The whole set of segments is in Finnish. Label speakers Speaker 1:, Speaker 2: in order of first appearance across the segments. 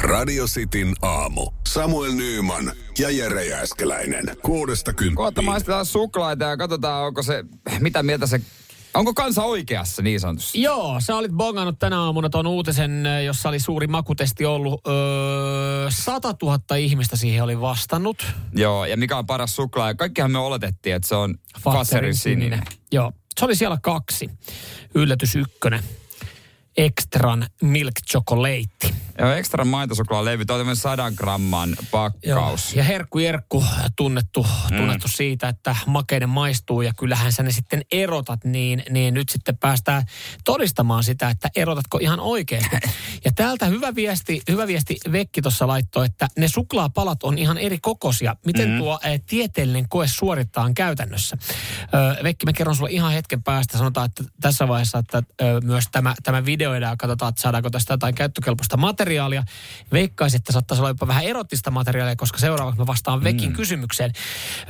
Speaker 1: Radio Cityn aamu. Samuel Nyyman ja Jere Jääskeläinen. Kuudesta
Speaker 2: Kohta
Speaker 1: kymppiin.
Speaker 2: maistetaan suklaita ja katsotaan, onko se, mitä mieltä se, onko kansa oikeassa niin sanotusti.
Speaker 3: Joo, sä olit bongannut tänä aamuna tuon uutisen, jossa oli suuri makutesti ollut. Öö, 100 000 ihmistä siihen oli vastannut.
Speaker 2: Joo, ja mikä on paras suklaa? Ja kaikkihan me oletettiin, että se on Fatserin sininen.
Speaker 3: Joo, se oli siellä kaksi. Yllätys ykkönen. Extran milk chocolate.
Speaker 2: Joo, ekstra maitosuklaa levy, tuo on tämmöinen sadan gramman pakkaus.
Speaker 3: Ja Herkku Jerkku tunnettu, tunnettu siitä, että makeinen maistuu ja kyllähän sä ne sitten erotat, niin, niin nyt sitten päästään todistamaan sitä, että erotatko ihan oikeasti. ja täältä hyvä viesti, hyvä viesti Vekki tuossa laittoi, että ne suklaapalat on ihan eri kokoisia. Miten mm. tuo eh, tieteellinen koe suoritetaan käytännössä? Ö, Vekki, mä kerron sulle ihan hetken päästä. Sanotaan, että tässä vaiheessa, että ö, myös tämä, tämä videoidaan ja katsotaan, että saadaanko tästä jotain käyttökelpoista materiaalia. Veikkaisin, että saattaisi olla jopa vähän erottista materiaalia, koska seuraavaksi mä vastaan Vekin mm. kysymykseen.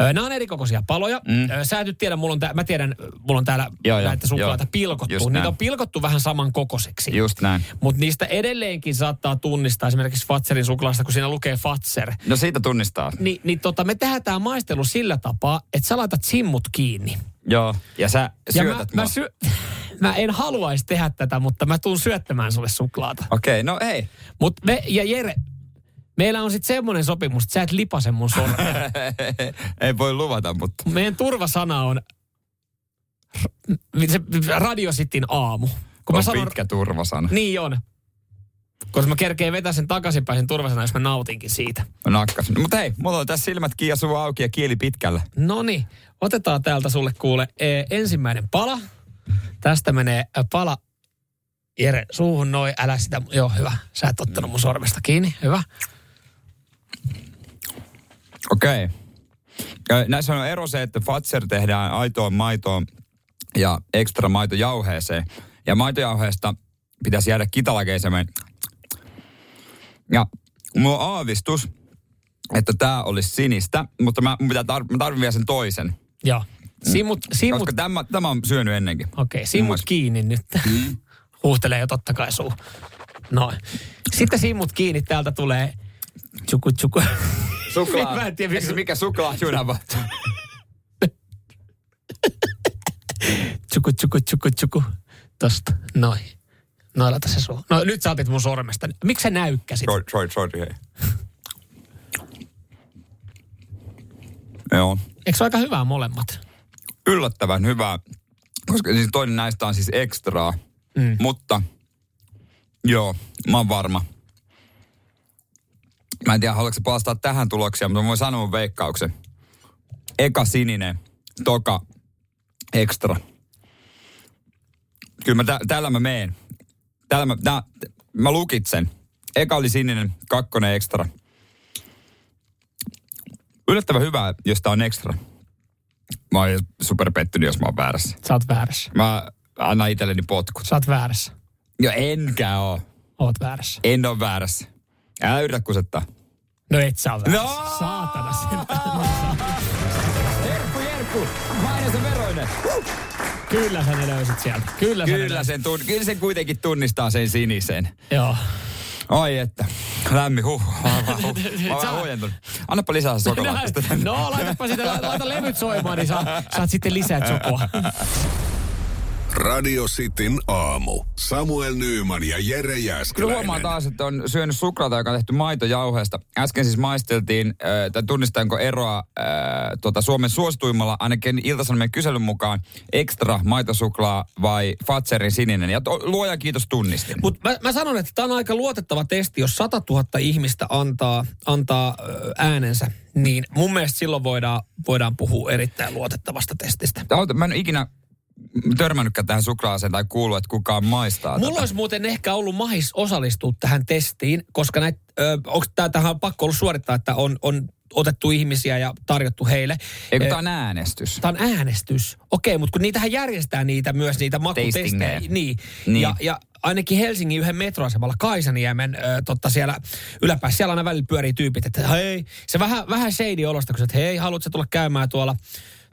Speaker 3: Ö, Nämä on erikokoisia paloja. Mm. Sä et nyt tiedä, mulla on tää, mä tiedän, mulla on täällä
Speaker 2: Joo,
Speaker 3: joo,
Speaker 2: joo,
Speaker 3: näitä suklaata
Speaker 2: joo.
Speaker 3: joo, pilkottu.
Speaker 2: Just
Speaker 3: Niitä
Speaker 2: näin.
Speaker 3: on pilkottu vähän saman kokoiseksi.
Speaker 2: Just näin.
Speaker 3: Mutta niistä edelleenkin saattaa tunnistaa esimerkiksi Fatserin suklaasta, kun siinä lukee Fatser.
Speaker 2: No siitä tunnistaa.
Speaker 3: Ni, niin tota, me tehdään tämä maistelu sillä tapaa, että sä laitat simmut kiinni.
Speaker 2: Joo, ja sä
Speaker 3: Ja
Speaker 2: syötät
Speaker 3: mä,
Speaker 2: mua.
Speaker 3: mä, syö, mä en haluaisi tehdä tätä, mutta mä tuun syöttämään sulle suklaata.
Speaker 2: Okei, okay, no ei.
Speaker 3: Mut me ja Jere, meillä on sitten semmoinen sopimus, että sä et lipase mun sormea.
Speaker 2: ei voi luvata, mutta
Speaker 3: Meidän turvasana on r- m- se Radio Cityn aamu.
Speaker 2: on
Speaker 3: Kun mä sanon,
Speaker 2: pitkä turvasana.
Speaker 3: niin on. Koska mä kerkeen vetää sen takaisinpäin sen turvasana, jos mä nautinkin siitä.
Speaker 2: Mä nakkasin. Mutta hei, mulla on tässä silmät kiinni ja suu auki ja kieli pitkällä.
Speaker 3: No niin, otetaan täältä sulle kuule eh, ensimmäinen pala. Tästä menee eh, pala Jere suuhun noin, älä sitä, joo hyvä. Sä et ottanut mun sormesta kiinni, hyvä.
Speaker 2: Okei. Okay. Näissä on ero se, että Fatser tehdään aitoon maitoon ja ekstra maitojauheeseen. Ja maitojauheesta pitäisi jäädä kitalakeisemmin. Ja mulla on aavistus, että tämä olisi sinistä, mutta mä, mun pitää tar- mä tarvin vielä sen toisen.
Speaker 3: Joo. Simut, simut,
Speaker 2: Koska tämä, tämä on syönyt ennenkin.
Speaker 3: okei, simut
Speaker 2: Muista.
Speaker 3: kiinni nyt. Huuhtelee jo totta kai suu. Noin. Sitten simut kiinni, täältä tulee tsuku tsuku.
Speaker 2: Suklaa.
Speaker 3: Mä en tiedä, miksi-
Speaker 2: Eikö se mikä suklaa junavat.
Speaker 3: Tsuku tsuku tsuku tsuku. Tosta, noin. No älä se suu. No nyt sä otit mun sormesta. Miksi sä näykkäsit?
Speaker 2: Sorry, sorry, sorry, hei. Joo.
Speaker 3: Eikö se ole aika hyvää molemmat?
Speaker 2: yllättävän hyvää, koska siis toinen näistä on siis ekstraa. Mm. Mutta joo, mä oon varma. Mä en tiedä, haluatko sä palastaa tähän tulokseen, mutta mä voin sanoa mun veikkauksen. Eka sininen, toka ekstra. Kyllä mä tä- tällä mä meen. Tällä mä, nää, mä lukitsen. Eka oli sininen, kakkonen ekstra. Yllättävän hyvää, jos tää on ekstra. Mä oon super pettynyt, jos mä oon väärässä.
Speaker 3: Sä oot väärässä.
Speaker 2: Mä annan itselleni potkut.
Speaker 3: Sä oot väärässä.
Speaker 2: Jo enkä oo.
Speaker 3: Oot värssä.
Speaker 2: En oo väärässä. Älä yritä kusettaa.
Speaker 3: No et sä ole väärässä.
Speaker 2: No!
Speaker 3: Saatana sen.
Speaker 2: Jerkku, Jerkku! Mä aina se veroinen.
Speaker 3: Kyllä sä ne löysit sieltä. Kyllä, sä ne
Speaker 2: Kyllä
Speaker 3: löysit.
Speaker 2: sen, tun- kyllä sen kuitenkin tunnistaa sen sinisen.
Speaker 3: Joo.
Speaker 2: Ai että. Lämmin, huh. Mä oon vähän, huh. Mä oon vähän huojentunut. Annapa lisää sokolaattista.
Speaker 3: No laitapa sitä, laita, laita levyt soimaan, niin saat, saat sitten lisää chokoa.
Speaker 1: Radio Cityn aamu. Samuel Nyyman ja Jere
Speaker 2: Kyllä
Speaker 1: Jääskeläinen.
Speaker 2: huomaa taas, että on syönyt suklaata, joka on tehty maitojauheesta. Äsken siis maisteltiin, äh, tai tunnistaanko eroa äh, tuota Suomen suosituimmalla, ainakin Ilta-Sanomien kyselyn mukaan, ekstra maitosuklaa vai Fatserin sininen. Ja to, luoja kiitos tunnistin. Mut,
Speaker 3: Mutta mä, mä, sanon, että tämä on aika luotettava testi, jos 100 000 ihmistä antaa, antaa ö, äänensä. Niin mun mielestä silloin voidaan, voidaan puhua erittäin luotettavasta testistä.
Speaker 2: Auta, mä en ole ikinä törmännytkään tähän suklaaseen tai kuullut, että kukaan maistaa
Speaker 3: Mulla
Speaker 2: tätä.
Speaker 3: olisi muuten ehkä ollut mahis osallistua tähän testiin, koska näitä, onko tää, tähän on pakko ollut suorittaa, että on, on otettu ihmisiä ja tarjottu heille.
Speaker 2: Eikö
Speaker 3: Ö,
Speaker 2: tämä on äänestys?
Speaker 3: Tämä on äänestys. Okei, mutta kun niitähän järjestää niitä myös, niitä makutestejä.
Speaker 2: Tastingeja.
Speaker 3: Niin.
Speaker 2: Niin.
Speaker 3: niin. Ja, ja ainakin Helsingin yhden metroasemalla Kaisaniemen, ö, totta siellä yläpäässä, siellä aina välillä pyörii tyypit, että hei, se vähän, vähän seidi olosta, kun sä, että hei, haluatko sä tulla käymään tuolla,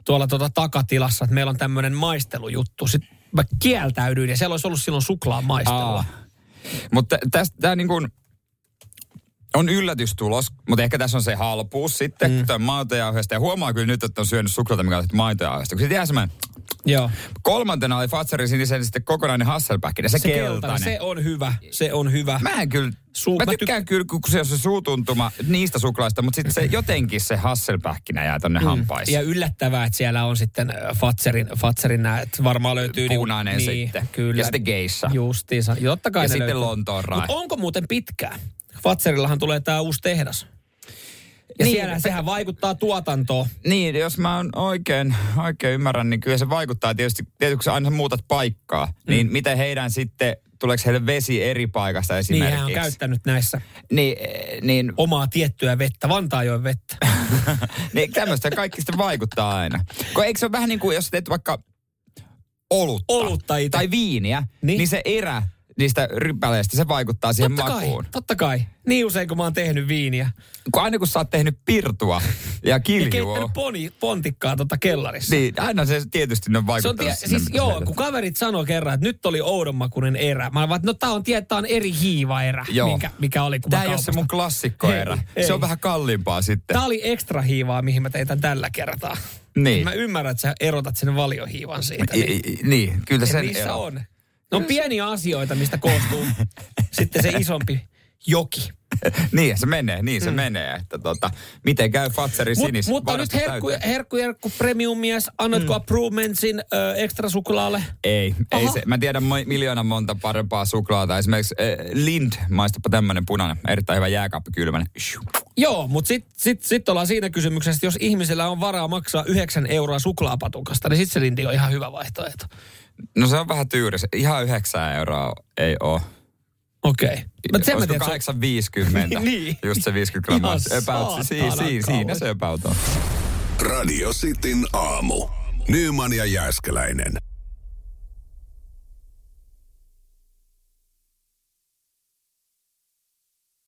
Speaker 3: tuolla tuota takatilassa, että meillä on tämmöinen maistelujuttu. Sitten mä kieltäydyin ja siellä olisi ollut silloin suklaamaistelua.
Speaker 2: Mutta tästä tämä niin kuin, on yllätystulos, mutta ehkä tässä on se halpuus sitten, mm. tämän maitojauheesta. Ja huomaa kyllä nyt, että on syönyt suklaata, mikä on tehty maitojauheesta. Kun sitten jää semmoinen...
Speaker 3: Joo.
Speaker 2: Kolmantena oli Fatserin sinisen sitten kokonainen Hasselbackin, se, se keltainen.
Speaker 3: Se on hyvä, se on hyvä.
Speaker 2: Mä en kyllä... Suu, mä, tykkään kyllä, kun se on se suutuntuma niistä suklaista, mutta sitten se jotenkin se hasselpähkinä jää tonne mm. hampaisiin.
Speaker 3: Ja yllättävää, että siellä on sitten äh, Fatserin, Fatserin nämä, että varmaan löytyy... niinku-
Speaker 2: Punainen niin, sitten. Kyllä. Ja sitten geissa.
Speaker 3: Justiinsa. Totta kai
Speaker 2: Ja
Speaker 3: ne
Speaker 2: sitten
Speaker 3: löytyy.
Speaker 2: Lontoon rai.
Speaker 3: Mut onko muuten pitkää? Fatserillahan tulee tämä uusi tehdas. Ja niin,
Speaker 2: Niin,
Speaker 3: siellä, sehän vaikuttaa tuotantoon.
Speaker 2: Niin, jos mä oon oikein, oikein ymmärrän, niin kyllä se vaikuttaa tietysti, tietysti kun sä aina muutat paikkaa, mm. niin miten heidän sitten, tuleeko heille vesi eri paikasta
Speaker 3: Niin
Speaker 2: esimerkiksi?
Speaker 3: hän on käyttänyt näissä
Speaker 2: Niin, eh, niin,
Speaker 3: omaa tiettyä vettä, Vantaajoen vettä.
Speaker 2: niin tämmöistä kaikki sitten vaikuttaa aina. Kun eikö se ole vähän niin kuin, jos sä teet vaikka olutta,
Speaker 3: Olutta itse.
Speaker 2: tai viiniä,
Speaker 3: Niin.
Speaker 2: niin. niin se erä niistä rypäleistä, se vaikuttaa siihen
Speaker 3: Totta kai,
Speaker 2: makuun.
Speaker 3: totta kai. Niin usein kun mä oon tehnyt viiniä.
Speaker 2: Kun aina kun sä oot tehnyt pirtua ja
Speaker 3: Ja
Speaker 2: kiljua,
Speaker 3: keittänyt poni, pontikkaa tota kellarissa.
Speaker 2: niin aina se tietysti ne on
Speaker 3: Se on tie,
Speaker 2: vaikuttanut sinne,
Speaker 3: siis
Speaker 2: mitä sä
Speaker 3: joo,
Speaker 2: teet.
Speaker 3: kun kaverit sanoi kerran, että nyt oli oudonmakuinen erä. Mä vaan, että no tää on, tie, tää on eri hiivaerä,
Speaker 2: Joo.
Speaker 3: mikä, mikä oli kun
Speaker 2: Tämä
Speaker 3: mä
Speaker 2: ei ole se
Speaker 3: kaupasta-
Speaker 2: mun klassikkoerä.
Speaker 3: Ei,
Speaker 2: Se
Speaker 3: ei.
Speaker 2: on vähän kalliimpaa sitten.
Speaker 3: Tää oli ekstra hiivaa, mihin mä tein tän tällä kertaa.
Speaker 2: Niin.
Speaker 3: Mä ymmärrän, että sä erotat sen valiohiivan siitä.
Speaker 2: I- i- i- niin, kyllä
Speaker 3: Et
Speaker 2: sen
Speaker 3: niissä
Speaker 2: ero.
Speaker 3: on. Ne on pieniä asioita, mistä koostuu sitten se isompi joki.
Speaker 2: niin se menee, niin se mm. menee. Että tota, miten käy Fatserin
Speaker 3: Mut,
Speaker 2: sinis?
Speaker 3: mutta nyt herkku, herkku, herkku, premium-mies, annatko mm. approvementsin ö, ekstra suklaalle?
Speaker 2: Ei, ei
Speaker 3: Aha.
Speaker 2: se. Mä tiedän mo- miljoona monta parempaa suklaata. Esimerkiksi äh, Lind, maistapa tämmönen punainen. Erittäin hyvä jääkaappi kylmänä.
Speaker 3: Joo, mutta sitten sit, sit ollaan siinä kysymyksessä, että jos ihmisellä on varaa maksaa 9 euroa suklaapatukasta, niin sitten se lindi on ihan hyvä vaihtoehto.
Speaker 2: No se on vähän tyyris. Ihan 9 euroa ei oo.
Speaker 3: Okei. Okay. Mutta sen mä
Speaker 2: Olisiko
Speaker 3: tiedän, että se
Speaker 2: 8,50?
Speaker 3: Niin.
Speaker 2: Just se 50
Speaker 3: Ihan
Speaker 2: grammaa. About, si,
Speaker 3: saatanan
Speaker 2: si, siinä
Speaker 3: kauan.
Speaker 2: se about on.
Speaker 1: Radio Cityn aamu. Nyman ja Jääskeläinen.